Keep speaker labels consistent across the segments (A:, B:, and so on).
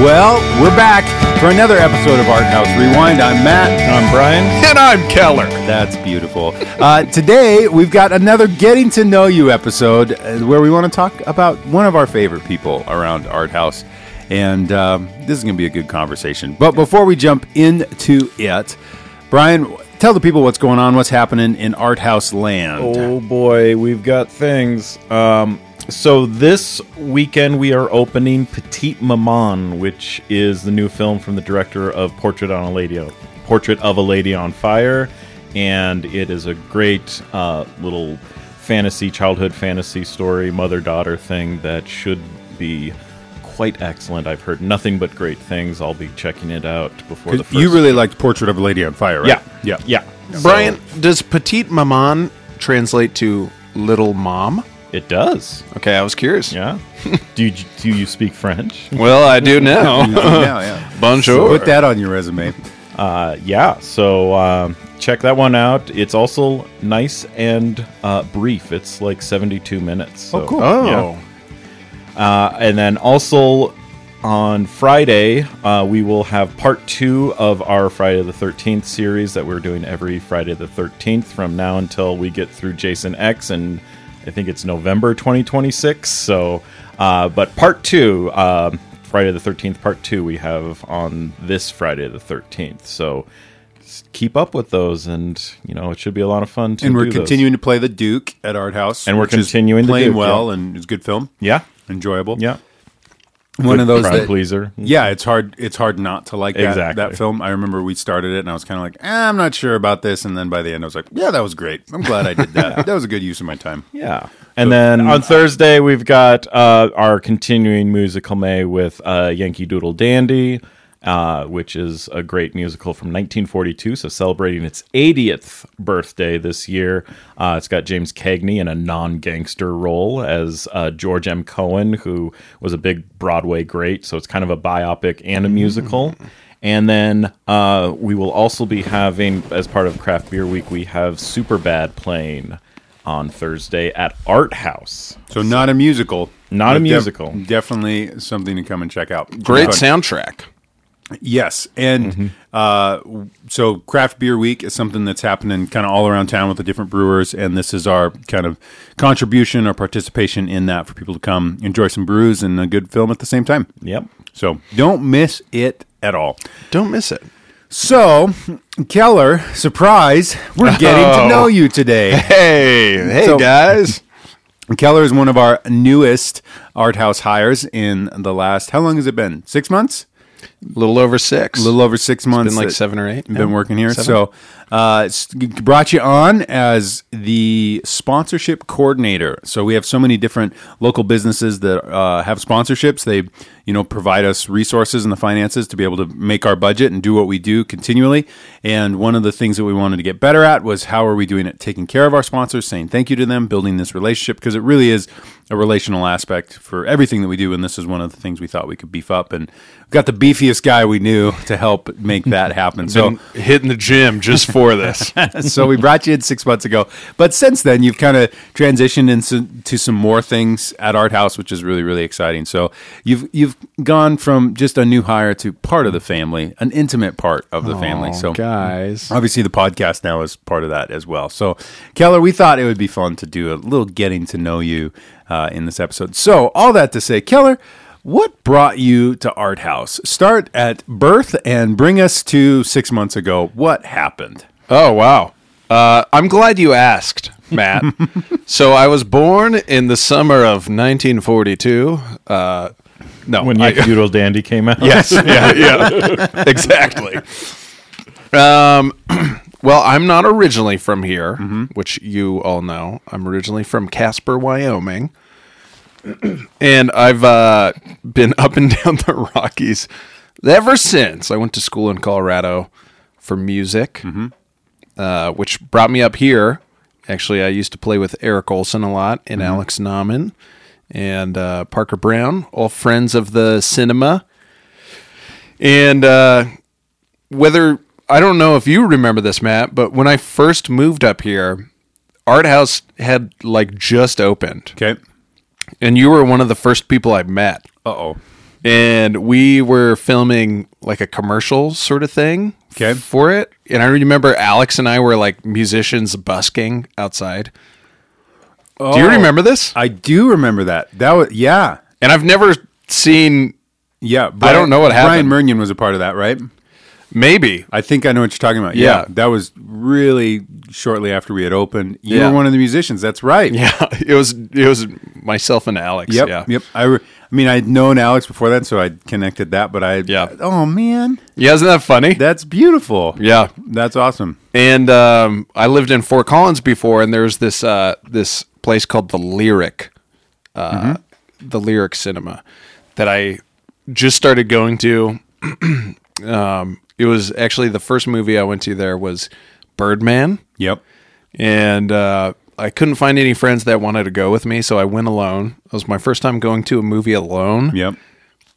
A: Well, we're back for another episode of Art House Rewind. I'm Matt.
B: I'm Brian.
C: And I'm Keller.
A: That's beautiful. Uh, today, we've got another Getting to Know You episode uh, where we want to talk about one of our favorite people around Art House. And um, this is going to be a good conversation. But before we jump into it, Brian, tell the people what's going on, what's happening in Art House land.
B: Oh boy, we've got things. Um, so this weekend we are opening Petite Maman, which is the new film from the director of Portrait on a Lady, Portrait of a Lady on Fire, and it is a great uh, little fantasy, childhood fantasy story, mother daughter thing that should be quite excellent. I've heard nothing but great things. I'll be checking it out before the first.
A: You really liked Portrait of a Lady on Fire, right?
B: yeah,
A: Yeah.
B: yeah.
C: Brian, does petite maman translate to little mom?
B: It does.
C: Okay, I was curious.
B: Yeah. do you, do you speak French?
C: Well, I do now.
A: yeah, yeah.
C: Bonjour.
A: Put that on your resume.
B: Uh, yeah. So um, check that one out. It's also nice and uh, brief. It's like 72 minutes. So,
A: Oh, cool.
C: oh,
B: yeah. Uh, and then also on Friday, uh, we will have part two of our Friday the 13th series that we're doing every Friday the 13th from now until we get through Jason X, and I think it's November 2026. So, uh, but part two, um Friday the 13th, part two, we have on this Friday the 13th. So s- keep up with those, and you know, it should be a lot of fun to
A: and we're
B: do those.
A: continuing to play the Duke at Art House,
B: And we're
A: which is
B: continuing the
A: playing
B: Duke,
A: well, and it's a good film,
B: Yeah.
A: enjoyable.
B: Yeah.
A: one of those
B: Crowd
A: that,
B: pleaser.
A: yeah, it's hard. It's hard not to like that,
B: Exactly.
A: that film. I remember we started it, and I was kind of like, eh, I'm not sure about this, and then by the end, I was like, Yeah, that was great. I'm glad I did that. that was a good use of my time.
B: Yeah. And then on Thursday, we've got uh, our continuing musical May with uh, Yankee Doodle Dandy, uh, which is a great musical from 1942. So celebrating its 80th birthday this year. Uh, it's got James Cagney in a non gangster role as uh, George M. Cohen, who was a big Broadway great. So it's kind of a biopic and a musical. And then uh, we will also be having, as part of Craft Beer Week, we have Superbad playing on Thursday at Art House.
A: So not a musical,
B: Not
A: but
B: a
A: def-
B: musical.
A: definitely something to come and check out.
C: Great
A: But-
C: soundtrack.
A: Yes, and
C: Mm-hmm.
A: uh, w- so craft beer week is something that's happening kind of all around town with the different brewers, and this is our kind of contribution or participation in that for people to come enjoy some brews and a good film at the same time.
B: Yep.
A: So don't miss it at all.
C: Don't miss it.
A: So Keller, surprise, we're getting
C: Oh.
A: to know you today.
C: Hey, hey
A: So-
C: guys.
A: Keller is one of our newest art house hires in the last. How long has it been? Six months?
C: A little over six.
A: a little over six months.
C: been like
A: that
C: seven or eight
A: You've
C: now.
A: been working here.
C: Seven.
A: So, uh, s- brought you on as the sponsorship coordinator. So we have so many different local businesses that uh, have sponsorships. They, you know, provide us resources and the finances to be able to make our budget and do what we do continually. And one of the things that we wanted to get better at was how are we doing it, taking care of our sponsors, saying thank you to them, building this relationship because it really is a relational aspect for everything that we do. And this is one of the things we thought we could beef up. And we've got the beefiest guy we knew to help make that happen. So,
C: hitting the gym just for this.
A: so we brought you in six months ago. But since then, you've kind of transitioned into to some more things at Art House, which is really, really exciting. So you've you've gone from just a new hire to part of the family, an intimate part of the family. So
C: Oh, guys.
A: Obviously, the podcast now is part of that as well. So, Keller, we thought it would be fun to do a little getting to know you uh, in this episode. So, all that to say, Keller, what brought you to Art House? Start at birth and bring us to six months ago. What happened?
C: Oh wow! Uh, I'm glad you asked, Matt. so I was born in the summer of 1942. Uh, no,
B: When
C: I-
B: Yankee Doodle Dandy came out.
C: yes, yeah, yeah, exactly. Um, well, I'm not originally from here, which you all know. I'm originally from Casper, Wyoming, and I've uh, been up and down the Rockies ever since. I went to school in Colorado for music, uh, which brought me up here. Actually, I used to play with Eric Olson a lot and Alex Nauman and uh, Parker Brown, all friends of the cinema. And uh, whether I don't know if you remember this, Matt, but when I first moved up here, Art House had like just opened,
A: Okay.
C: and you were one of the first people I met.
A: Uh oh.
C: and we were filming like a commercial sort of thing
A: Okay.
C: for it. And I remember Alex and I were like musicians busking outside. Do you
A: Oh.
C: remember this?
A: I do remember that. That was yeah,
C: And I've never seen.
A: yeah.
C: I don't know what happened.
A: Brian Mernion was a part of that, right?
C: Maybe
A: I think I know what you're talking about. Yeah,
C: Yeah.
A: that was really shortly after we had opened. You
C: Yeah.
A: were one of the musicians. That's right.
C: Yeah, it was it was myself and Alex.
A: Yep.
C: yeah,
A: Yep. I, re- I mean, I'd known Alex before that, so I connected that. But I.
C: Yeah.
A: Oh man,
C: yeah. Isn't that funny?
A: that's beautiful.
C: yeah,
A: That's awesome.
C: and um, I lived in Fort Collins before, and there was this uh, this place called the Lyric, uh, the Lyric Cinema, that I just started going to. um, it was actually the first movie I went to. There was Birdman,
A: Yep.
C: and uh, I couldn't find any friends that wanted to go with me, so I went alone. It was my first time going to a movie alone.
A: Yep.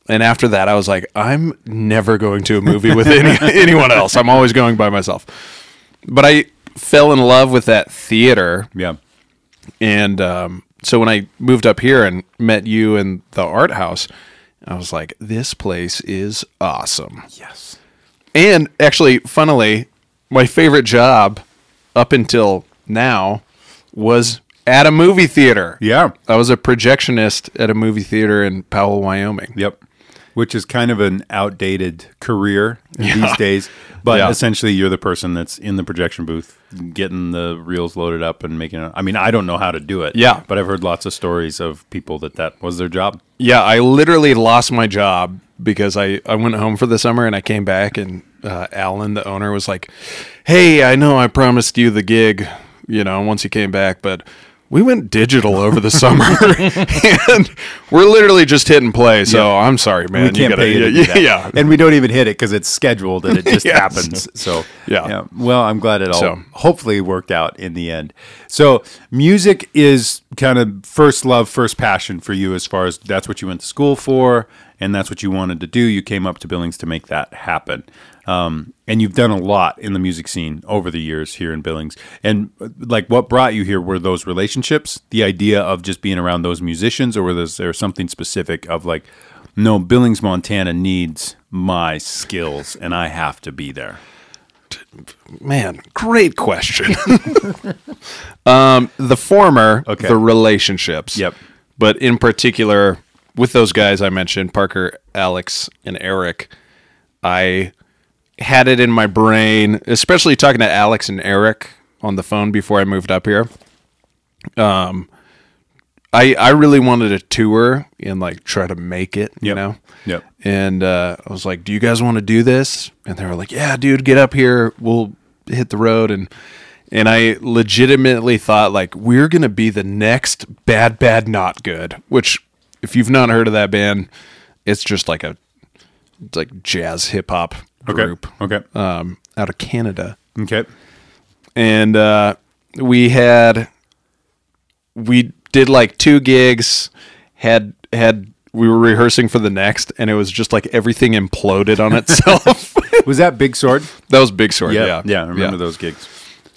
C: And after that, I was like, I'm never going to a movie with any, anyone else. I'm always going by myself. But I fell in love with that theater.
A: Yeah.
C: And um, so when I moved up here and met you in the art house, I was like, this place is awesome.
A: Yes.
C: And actually, funnily, my favorite job up until now was at a movie theater.
A: Yeah.
C: I was a projectionist at a movie theater in Powell, Wyoming.
A: Yep. Which is kind of an outdated career these days. But
C: Yeah.
A: essentially, you're the person that's in the projection booth getting the reels loaded up and making it. I mean, I don't know how to do it.
C: Yeah.
A: But I've heard lots of stories of people that that was their job.
C: Yeah, I literally lost my job because I, I went home for the summer and I came back and uh, Alan, the owner, was like, "Hey, I know I promised you the gig, you know, once you came back, but we went digital over the summer and we're literally just hit and play. So I'm sorry, man.
A: We can't
C: gotta-
A: pay you to
C: yeah,
A: do that.
C: yeah,
A: And we don't even hit it because it's scheduled and it just
C: Yes.
A: happens. So,
C: Yeah.
A: Well, I'm glad it all
C: So.
A: hopefully worked out in the end. So, music is kind of first love, first passion for you as far as that's what you went to school for and that's what you wanted to do. You came up to Billings to make that happen. Um, and you've done a lot in the music scene over the years here in Billings. And uh, like what brought you here were those relationships, the idea of just being around those musicians, or was there something specific of like, no, Billings, Montana needs my skills and I have to be there?
C: man, great question. um, the former,
A: Okay.
C: the relationships.
A: Yep.
C: But in particular, with those guys I mentioned, Parker, Alex, and Eric, I had it in my brain, especially talking to Alex and Eric on the phone before I moved up here. Um, I I really wanted a tour and like try to make it, you
A: Yep.
C: know.
A: Yep.
C: And uh, I was like, "Do you guys want to do this?" And they were like, "Yeah, dude, get up here. We'll hit the road." And and I legitimately thought like, "We're gonna be the next bad, bad, not good." Which, if you've not heard of that band, it's just like a it's like jazz hip hop
A: Okay.
C: group
A: Okay.
C: um, out of Canada
A: okay.
C: and uh, we had we did like two gigs had had we were rehearsing for the next and it was just like everything imploded on itself
A: Was that Big Sword?
C: that was big sword yeah
A: Yeah. I remember those gigs.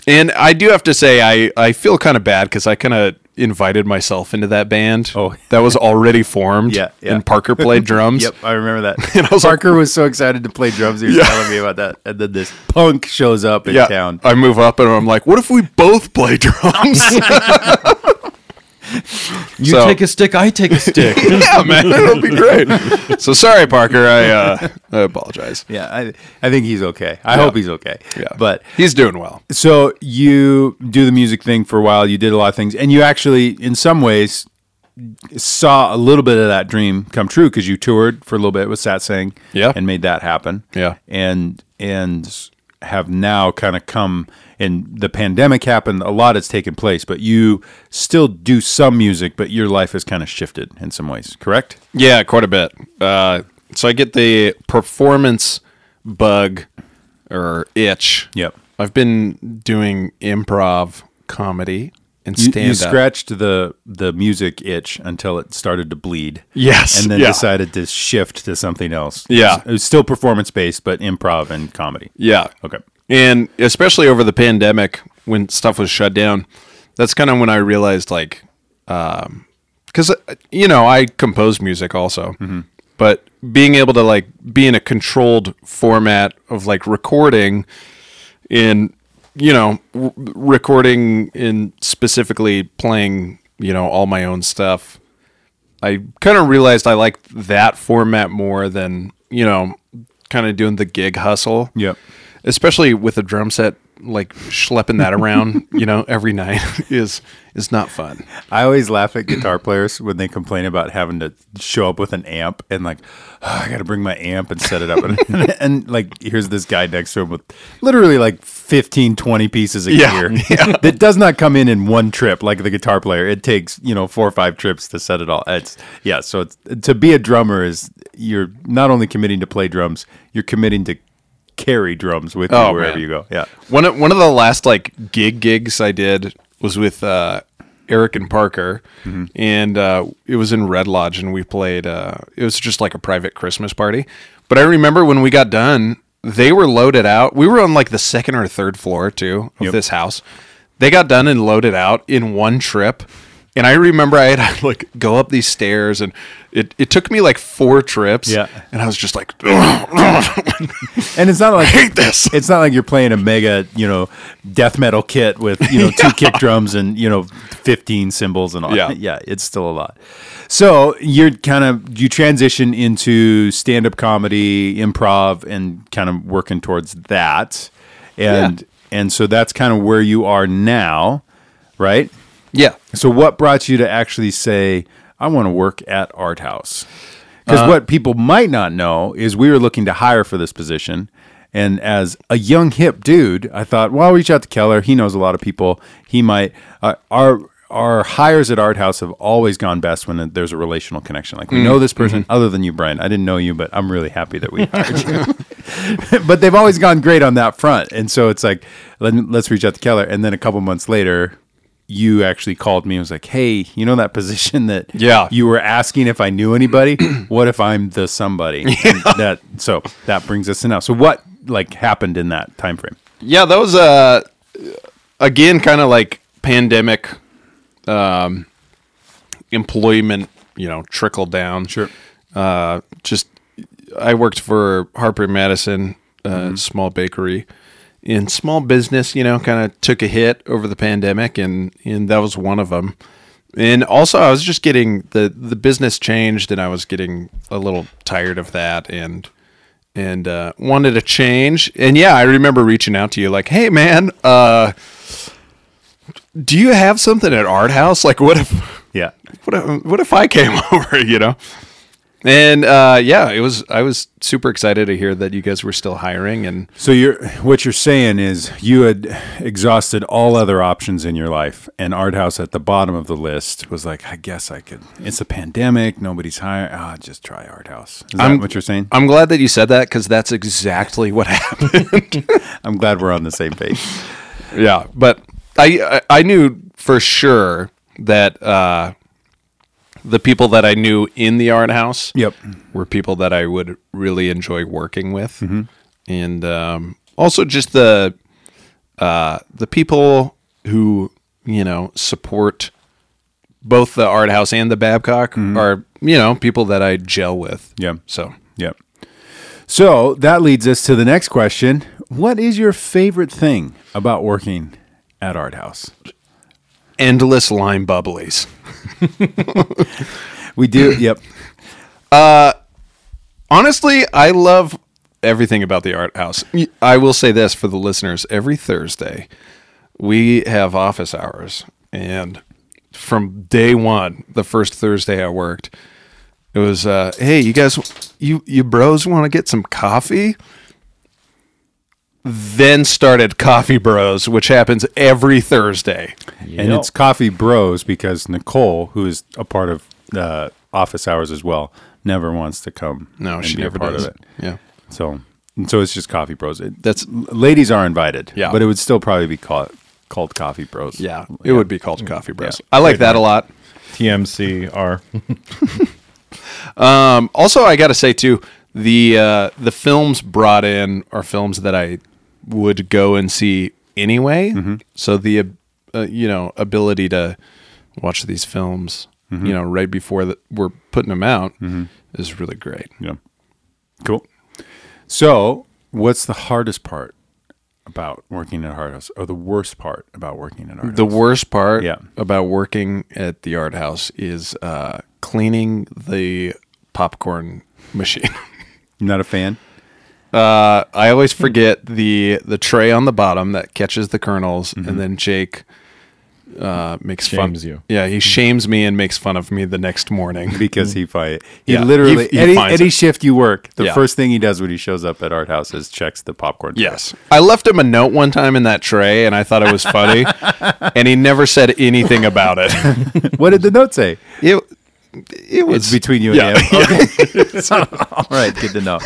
C: and i do have to say i i feel kind of bad because i kind of invited myself into that band
A: Oh.
C: that was already formed
A: Yeah, yeah.
C: and parker played drums
A: Yep, I remember that.
C: And I was like-
A: Parker was so excited to play drums. He was
C: Yeah.
A: telling me about that, and then this Uh, punk shows up in
C: yeah
A: town.
C: i move up and i'm like what if we both play drums
B: You
C: So-
B: take a stick, I take a stick.
C: yeah, man, it'll be great. So sorry, Parker. I uh, I apologize.
A: Yeah, I, I think he's okay. I hope he's okay.
C: Yeah,
A: but
C: he's doing well.
A: so you do the music thing for a while. You did a lot of things, and you actually, in some ways, saw a little bit of that dream come true because you toured for a little bit with Sat Singh,
C: Yeah.
A: and made that happen,
C: Yeah.
A: and and have now kind of come and the pandemic happened a lot has taken place but you still do some music but your life has kind of shifted in some ways correct
C: Yeah, quite a bit. Uh, so I get the performance bug or itch.
A: Yep.
C: I've been doing improv comedy and
A: you,
C: stand
A: you
C: up.
A: scratched the the music itch until it started to bleed
C: Yes,
A: and then
C: yeah.
A: decided to shift to something else
C: Yeah.
A: it was still performance based but improv and comedy
C: yeah.
A: okay
C: And especially over the pandemic when stuff was shut down, that's kind of when I realized um, uh, like, because you know I compose music also, but being able to like be in a controlled format of like recording in you know r- recording in specifically playing you know all my own stuff i kind of realized i liked that format more than you know kind of doing the gig hustle
A: Yep.
C: especially with a drum set like schlepping that around you know every night is is not fun
A: I always laugh at guitar players when they complain about having to show up with an amp and like, "Ah, I got to bring my amp and set it up. And, and, like, here's this guy next to him with literally like 15, 20 pieces of gear
C: Yeah,
A: that does not come in in one trip like the guitar player. It takes, you know, four or five trips to set it all. It's, yeah. So it's, to be a drummer is you're not only committing to play drums, you're committing to carry drums with
C: Oh,
A: you wherever
C: man.
A: you go. Yeah.
C: One of one of the last like gig gigs I did was with uh, Eric and Parker,
A: Mm-hmm.
C: and uh, it was in Red Lodge, and we played. Uh, it was just like a private Christmas party. But I remember when we got done, they were loaded out. We were on like the second or third floor too of
A: Yep.
C: this house. They got done and loaded out in one trip. And I remember I had to like go up these stairs and it, it took me like four trips.
A: Yeah.
C: And I was just like,
A: And it's not like
C: hate this.
A: It's not like you're playing a mega, you know, death metal kit with you know two kick drums and you know fifteen cymbals and all.
C: Yeah.
A: yeah, it's still a lot. So you're kind of you transition into stand up comedy, improv, and kind of working towards that, and and so that's kind of where you are now, right?
C: yeah.
A: So what brought you to actually say I want to work at Art House? Because what people might not know is we were looking to hire for this position, and as a young hip dude, I thought, well, I'll reach out to Keller. He knows a lot of people. He might. Uh, our our hires at Art House have always gone best when there's a relational connection. Like we know this person other than you, Brian. I didn't know you, but I'm really happy that we hired you but they've always gone great on that front. And so it's like, let, us reach out to Keller. And then a couple months later, you actually called me and was like, hey, you know that position that
C: Yeah.
A: you were asking if I knew anybody? what if I'm the somebody? And That So that brings us to now. So what like happened in that time frame?
C: yeah that was uh again kind of like pandemic um employment you know trickle down
A: Sure.
C: uh just i worked for harper madison uh small bakery and small business you know kind of took a hit over the pandemic and and that was one of them and also i was just getting the the business changed and i was getting a little tired of that and and uh, wanted a change. And yeah, I remember reaching out to you like, "Hey, man, uh, do you have something at Art House? Like, what if,
A: Yeah.
C: what if, what if I came over? You know?" And uh, yeah, it was. I was super excited to hear that you guys were still hiring, and
A: So you're what you're saying is you had exhausted all other options in your life, and Art House at the bottom of the list was like, I guess I could. It's a pandemic, nobody's hiring. Ah, just try Art House. Is that what you're saying?
C: I'm glad that you said that because that's exactly what happened.
A: I'm glad we're on the same page.
C: yeah, but I I I knew for sure that uh, the people that I knew in the Art House,
A: Yep.
C: were people that I would really enjoy working with, and um, also just the uh, the people who you know support both the art house and the Babcock are you know people that I gel with.
A: Yeah.
C: So
A: Yep. So that leads us to the next question. What is your favorite thing about working at Art House?
C: endless lime bubblies.
A: We do. yep.
C: Honestly, I love everything about the art house. I will say this for the listeners every Thursday, we have office hours. And from day one, the first Thursday I worked, it was, uh, hey, you guys, you, you bros want to get some coffee? Then started Coffee Bros, which happens every Thursday.
A: And it's Coffee Bros because Nicole, who is a part of uh, office hours as well, never wants to come.
C: No,
A: and
C: she
A: be a
C: never
A: part
C: does.
A: of it.
C: Yeah.
A: So, and so it's just Coffee Bros. It,
C: That's-
A: l- ladies are invited.
C: Yeah.
A: but it would still probably be called called Coffee Bros.
C: Yeah. It would be called Coffee Bros. I like that a lot.
B: TMCR.
C: Um, also, I got to say too, the uh, the films brought in are films that I would go and see anyway. So the ab- uh, you know ability to watch these films, you know, right before that we're putting them out is really great.
A: Yeah. Cool. So, what's the hardest part about working at Art House, or the worst part about working at Art
C: The
A: House?
C: worst part
A: Yeah.
C: about working at the art house is uh, cleaning the popcorn machine.
A: Not a fan.
C: Uh, I always forget the the tray on the bottom that catches the kernels, and then Jake uh, makes
B: Shames
C: fun.
B: you.
C: Yeah, he shames me and makes fun of me the next morning.
A: because he fight. Mm-hmm. He
C: Yeah,
A: literally
C: he- he
A: any,
C: finds
A: any
C: it.
A: shift you work, the
C: Yeah.
A: first thing he does when he shows up at Art House is checks the popcorn. tray.
C: Yes. I left him a note one time in that tray and I thought it was funny and he never said anything about it.
A: what did the note say?
C: It it
A: It's
C: was
A: between you and
C: Yeah.
A: him. Okay. So, all right, good to know.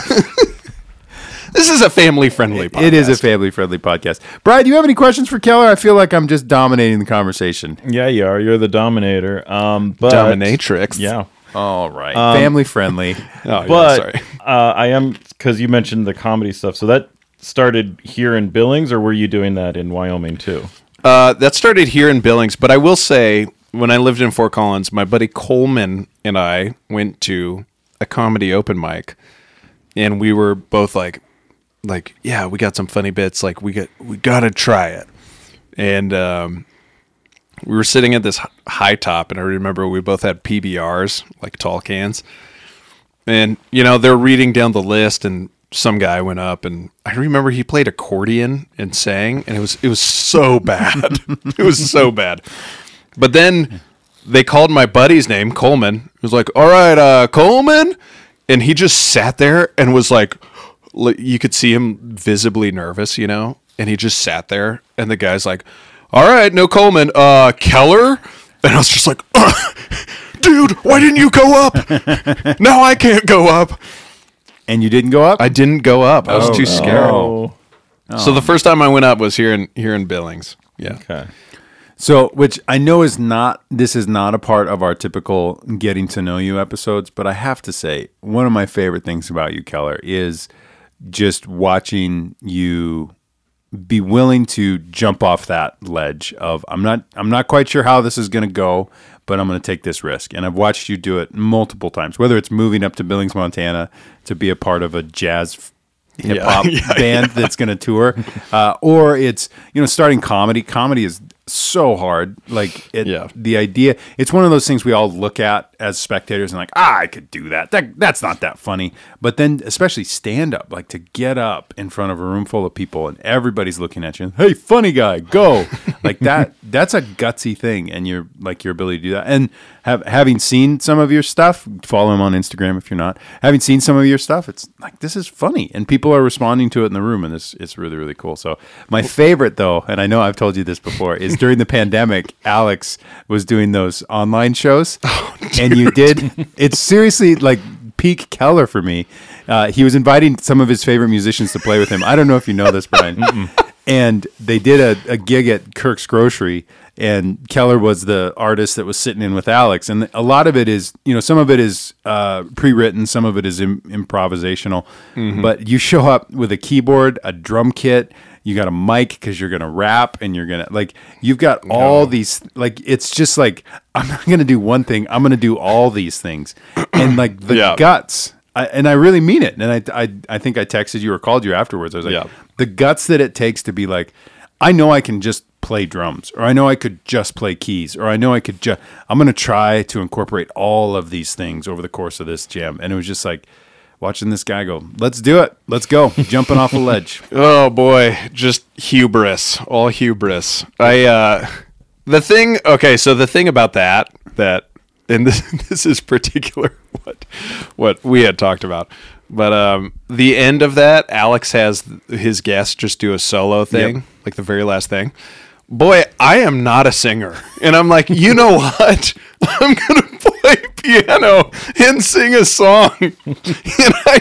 C: This is a family friendly podcast.
A: It is a family-friendly podcast. Brian, do you have any questions for Keller? I feel like I'm just dominating the conversation.
B: Yeah, you are. You're the dominator. Um, but
C: dominatrix.
B: Yeah,
A: All right, Um, family-friendly.
C: Oh, yeah,
B: but
C: sorry.
B: uh, I am because you mentioned the comedy stuff. So that started here in Billings, or were you doing that in Wyoming too?
C: Uh, that started here in Billings, but I will say when I lived in Fort Collins, my buddy Coleman and I went to a comedy open mic, and we were both like, like yeah, we got some funny bits. Like we got we gotta try it, and um, we were sitting at this h- high top, and I remember we both had PBRs like tall cans, and you know they're reading down the list and. Some guy went up, and I remember he played accordion and sang, and it was it was so bad. it was so bad. But then they called my buddy's name, Coleman. It was like, all right, uh, Coleman. And he just sat there and was like, li- you could see him visibly nervous, you know? And he just sat there. And the guy's like, all right, no Coleman, uh, Keller. And I was just like, dude, why didn't you go up? now I can't go up.
A: and you didn't go up.
C: I didn't go up. I was
A: Oh,
C: too
A: no.
C: scared. So the first time I went up was here in here in Billings. Yeah.
B: Okay.
A: So, which I know is not, this is not a part of our typical getting to know you episodes, but I have to say, one of my favorite things about you, Keller, is just watching you be willing to jump off that ledge of I'm not I'm not quite sure how this is going to go, but I'm going to take this risk. And I've watched you do it multiple times, whether it's moving up to Billings, Montana to be a part of a jazz hip hop band that's going to tour, uh, or it's you know starting comedy. Comedy is so hard. Like it,
C: Yeah.
A: the idea, it's one of those things we all look at as spectators and like, ah, I could do that. That that's not that funny. But then, especially stand up, like to get up in front of a room full of people and everybody's looking at you. And, hey, funny guy, go! like that. That's a gutsy thing, and your like your ability to do that. And have, having seen some of your stuff, follow him on Instagram if you're not. Having seen some of your stuff, it's like this is funny, and people are responding to it in the room, and it's it's really really cool. So my favorite though, and I know I've told you this before, is during the pandemic, Alex was doing those online shows, and you did. It's seriously like peak Keller for me. Uh, he was inviting some of his favorite musicians to play with him. I don't know if you know this, Brian. and they did a, a gig at Kirk's Grocery, and Keller was the artist that was sitting in with Alex. And a lot of it is, you know, some of it is uh, pre written, some of it is Im- improvisational. But you show up with a keyboard, a drum kit, you got a mic because you're going to rap and you're going to, like, you've got all these, like, it's just like, I'm not going to do one thing, I'm going to do all these things. And, like, the
C: Yeah.
A: guts. I, and I really mean it. And I, I, I think I texted you or called you afterwards. I was like,
C: Yeah.
A: the guts that it takes to be like, I know I can just play drums, or I know I could just play keys, or I know I could just, I'm going to try to incorporate all of these things over the course of this jam. And it was just like watching this guy go, let's do it. Let's go. Jumping off a ledge.
C: Oh boy, just hubris, all hubris. I uh the thing okay, so the thing about that that and this this is particular what what we had talked about. But um the end of that, Alex has his guest just do a solo thing, like the very last thing. Boy, I am not a singer. And I'm like, "You know what? I'm going to play piano and sing a song. and I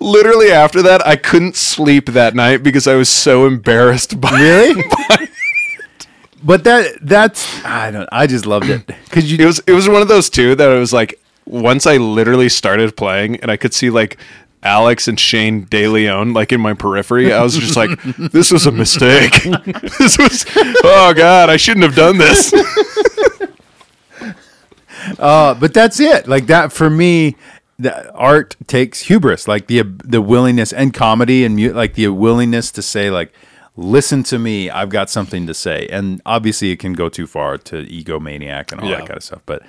C: literally after that I couldn't sleep that night because I was so embarrassed by
A: Really? but that, that's, I don't, I just loved it. Cause
C: it
A: you,
C: was it was one of those two that it was like once I literally started playing and I could see like Alex and Shane DeLeon like in my periphery, I was just like, this was a mistake. this was oh god, I shouldn't have done this.
A: uh, but that's it. Like that for me, the art takes hubris, like the the willingness and comedy and mu- like the willingness to say like, listen to me, I've got something to say. And obviously, it can go too far to egomaniac and all
C: Yeah.
A: that kind of stuff. But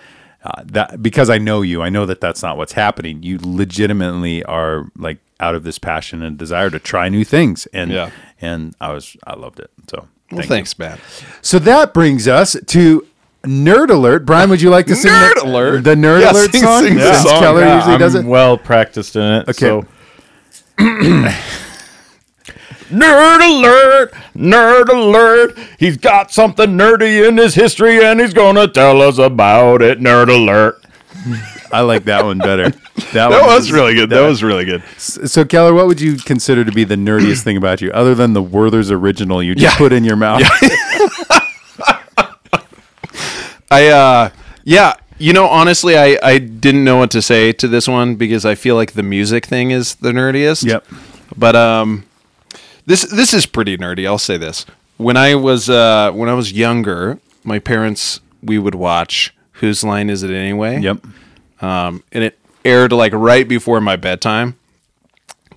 A: uh, that because I know you, I know that that's not what's happening. You legitimately are like out of this passion and desire to try new things. And
C: Yeah.
A: and I was I loved it. So
C: Well,
A: thank you.
C: thanks, man.
A: So that brings us to Nerd Alert. Brian, would you like to sing
C: Nerd
A: the,
C: Alert?
A: the Nerd
C: Yeah,
A: Alert
C: sing-
A: song?
C: sing the
A: Since
C: song.
A: Keller
B: Yeah,
A: usually
B: I'm
A: does it.
B: well practiced in it. So. Nerd alert! Nerd alert! He's got something nerdy in his history and he's gonna tell us about it. Nerd alert!
A: I like that one better. That,
C: That
A: one
C: was
A: is-
C: really good. That was really good.
A: So Keller, what would you consider to be the nerdiest thing about you, other than the Werther's original you just
C: Yeah.
A: put in your mouth?
C: I uh yeah, you know honestly I I didn't know what to say to this one because I feel like the music thing is the nerdiest.
A: Yep.
C: But um this this is pretty nerdy, I'll say this. When I was uh when I was younger, my parents we would watch Whose Line Is It Anyway?
A: Yep.
C: Um and it aired like right before my bedtime.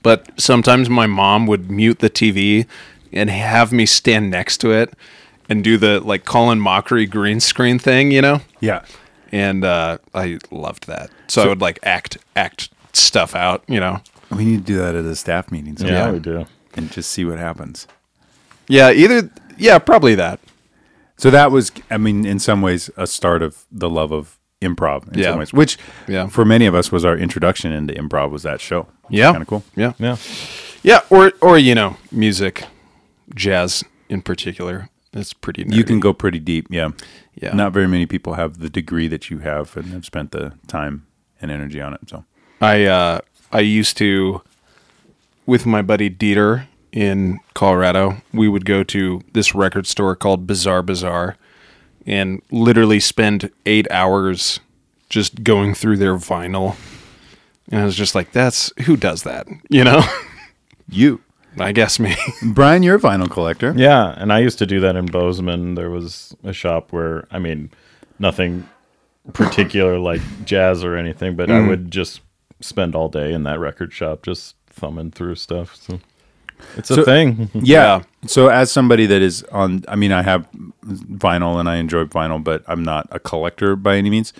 C: But sometimes my mom would mute the TV and have me stand next to it and do the like Colin Mockery green screen thing, you know?
A: Yeah.
C: and uh, I loved that. So, I would like act act stuff out, you know.
A: We need to do that at a staff meeting. sometime
B: we do.
A: And just see what happens.
C: Yeah, either yeah, probably that.
A: So that was, I mean, in some ways, a start of the love of improv. In
C: Yeah.
A: some ways, which
C: Yeah.
A: for many of us was our introduction into improv was that show.
C: Yeah,
A: kind of cool.
C: Yeah,
B: Yeah.
C: yeah, or or you know, music, jazz in particular. It's pretty. Nerdy.
A: You can go pretty deep. Yeah.
C: Yeah.
A: Not very many people have the degree that you have and have spent the time and energy on it. So
C: I uh, I used to with my buddy Dieter in Colorado. We would go to this record store called Bizarre Bazaar and literally spend eight hours just going through their vinyl. And I was just like, "That's who does that?" You know?
A: you,
C: I guess me.
A: Brian, you're a vinyl collector.
B: Yeah, and I used to do that in Bozeman. There was a shop where, I mean, nothing particular like jazz or anything, but
A: Mm.
B: I would just spend all day in that record shop just thumbing through stuff. So it's a
A: So-
B: thing.
A: Yeah.
C: Yeah.
A: So as somebody that is on, I mean, I have vinyl and I enjoy vinyl, but I'm not a collector by any means.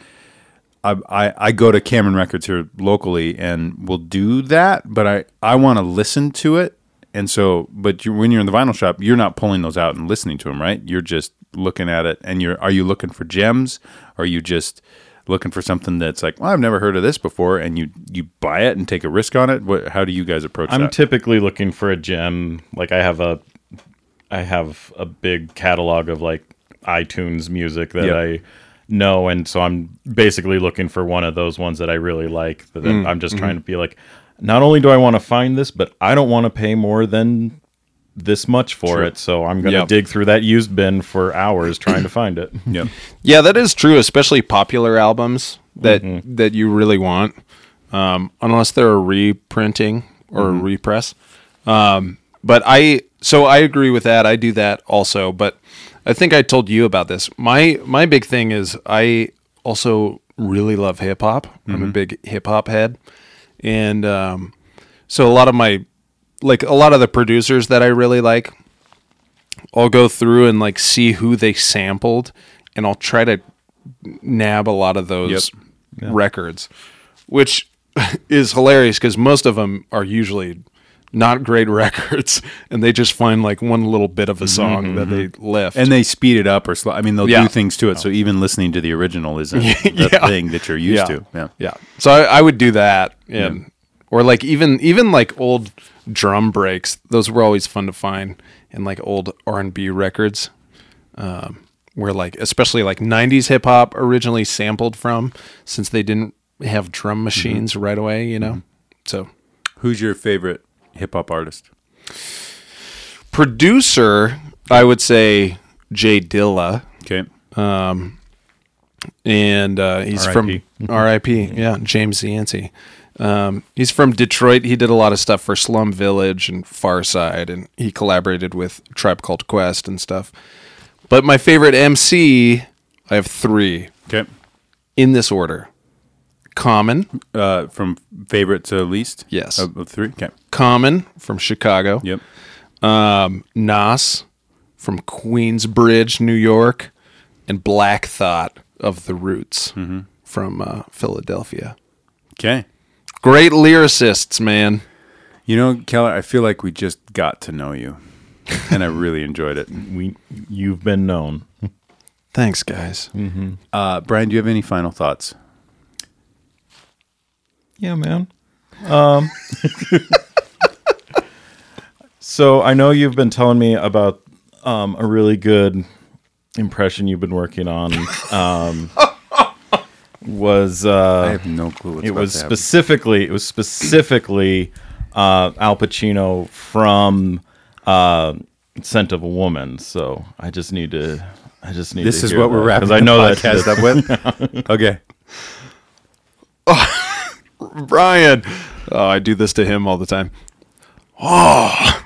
A: I, I, I go to Cameron Records here locally and will do that, but I, I want to listen to it. And so, but you, when you're in the vinyl shop, you're not pulling those out and listening to them, right? You're just looking at it and you're, are you looking for gems? Or are you just looking for something that's like, well, I've never heard of this before. And you, you buy it and take a risk on it. What, how do you guys approach
B: I'm
A: that?
B: typically looking for a gem. Like I have a I have a big catalog of like iTunes music that
A: Yeah.
B: I know and so I'm basically looking for one of those ones that I really like that I'm just trying to be like not only do I want to find this but I don't want to pay more than this much for it so I'm going to
C: Yep.
B: dig through that used bin for hours trying to find it.
A: yeah.
C: Yeah, that is true, especially popular albums that that you really want, um, unless they're a reprinting or a repress. Um, but I, so I agree with that. I do that also, but I think I told you about this. My my big thing is I also really love hip hop. I'm a big hip hop head, and um, so a lot of my like a lot of the producers that I really like I'll go through and like see who they sampled and I'll try to nab a lot of those records, which is hilarious because most of them are usually not great records and they just find like one little bit of a song that they left.
A: Mm-hmm, and they speed it up or slow. I mean, they'll
C: Yeah.
A: do things to it. So even listening to the original isn't the
C: Yeah.
A: thing that you're used to. Yeah.
C: Yeah. So I, I would do that. And or like even even like old drum breaks, those were always fun to find in like old R and B records. Um where like especially like nineties hip hop originally sampled from since they didn't have
A: Mm-hmm.
C: drum machines right away, you know? So
A: Who's your favorite hip hop artist?
C: producer, I would say Jay Dilla.
A: Okay.
C: and uh, he's
B: R.I.P..
C: from R.I.P. Yeah, James Yancey. Um, he's from Detroit. He did a lot of stuff for Slum Village and Far Side, and he collaborated with Tribe Called Quest and stuff. But my favorite MC, I have three
A: Okay.
C: in this order: Common,
A: Uh, from favorite to least?
C: Yes.
A: Of, of three? Okay.
C: Common from Chicago.
A: Yep.
C: Um, Nas from Queensbridge, New York, and Black Thought of the Roots from uh, Philadelphia.
A: Okay.
C: Great lyricists, man.
A: You know, Keller, I feel like we just got to know you, and I really enjoyed it.
B: We, you've been known.
C: Thanks, guys.
A: Uh, Brian, do you have any final thoughts?
B: Yeah, man. Um, so I know you've been telling me about um, a really good impression you've been working on. Um, was uh,
A: I have no clue. What's
B: it
A: about
B: was
A: to happen.
B: specifically it was specifically uh, Al Pacino from uh, Scent of a Woman. So I just need to. I just need.
A: This
B: to
A: is
B: hear
A: what we're
B: that,
A: wrapping
B: 'cause I
A: the
B: know that-
A: podcast
B: that.
A: up with. Okay.
C: Brian. Oh, I do this to him all the time. Oh,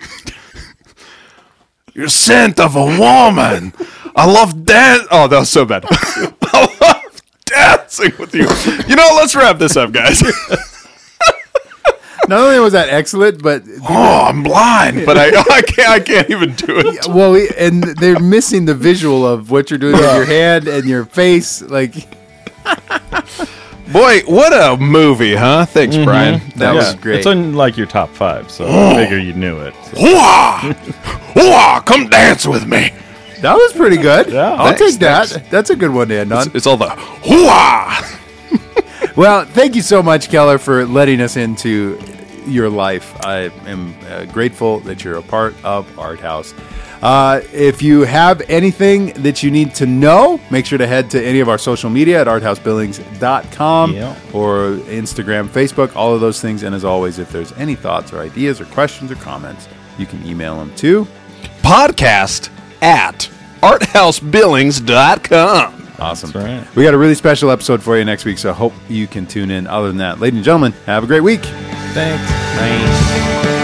C: your scent of a woman. I love dance. Oh, that was so bad. I love dancing with you. You know, let's wrap this up, guys.
A: Not only was that excellent, but
C: Oh, I'm blind, but I, I can't. I can't even do it.
A: well, we- and they're missing the visual of what you're doing with your hand and your face. Like
C: Boy, what a movie, huh? Thanks, Brian.
A: that was great.
B: It's on like your top five, so I figure you knew it. So-
C: Hoo-ah! Hoo-ah! Come dance with me.
A: that was pretty good.
B: Yeah.
A: I'll
C: Thanks,
A: take that. That's a good one to end on.
C: It's all the hoo-ah.
A: Well, thank you so much, Keller, for letting us into your life. I am uh, grateful that you're a part of Art House. Uh, if you have anything that you need to know, make sure to head to any of our social media at arthousebillings.com
B: Yeah.
A: or Instagram, Facebook, all of those things. And as always, if there's any thoughts or ideas or questions or comments, you can email them too.
C: podcast at arthousebillings.com.
A: Awesome.
B: That's right.
A: We got a really special episode for you next week, so hope you can tune in. Other than that, ladies and gentlemen, have a great week.
B: Thanks. Thanks.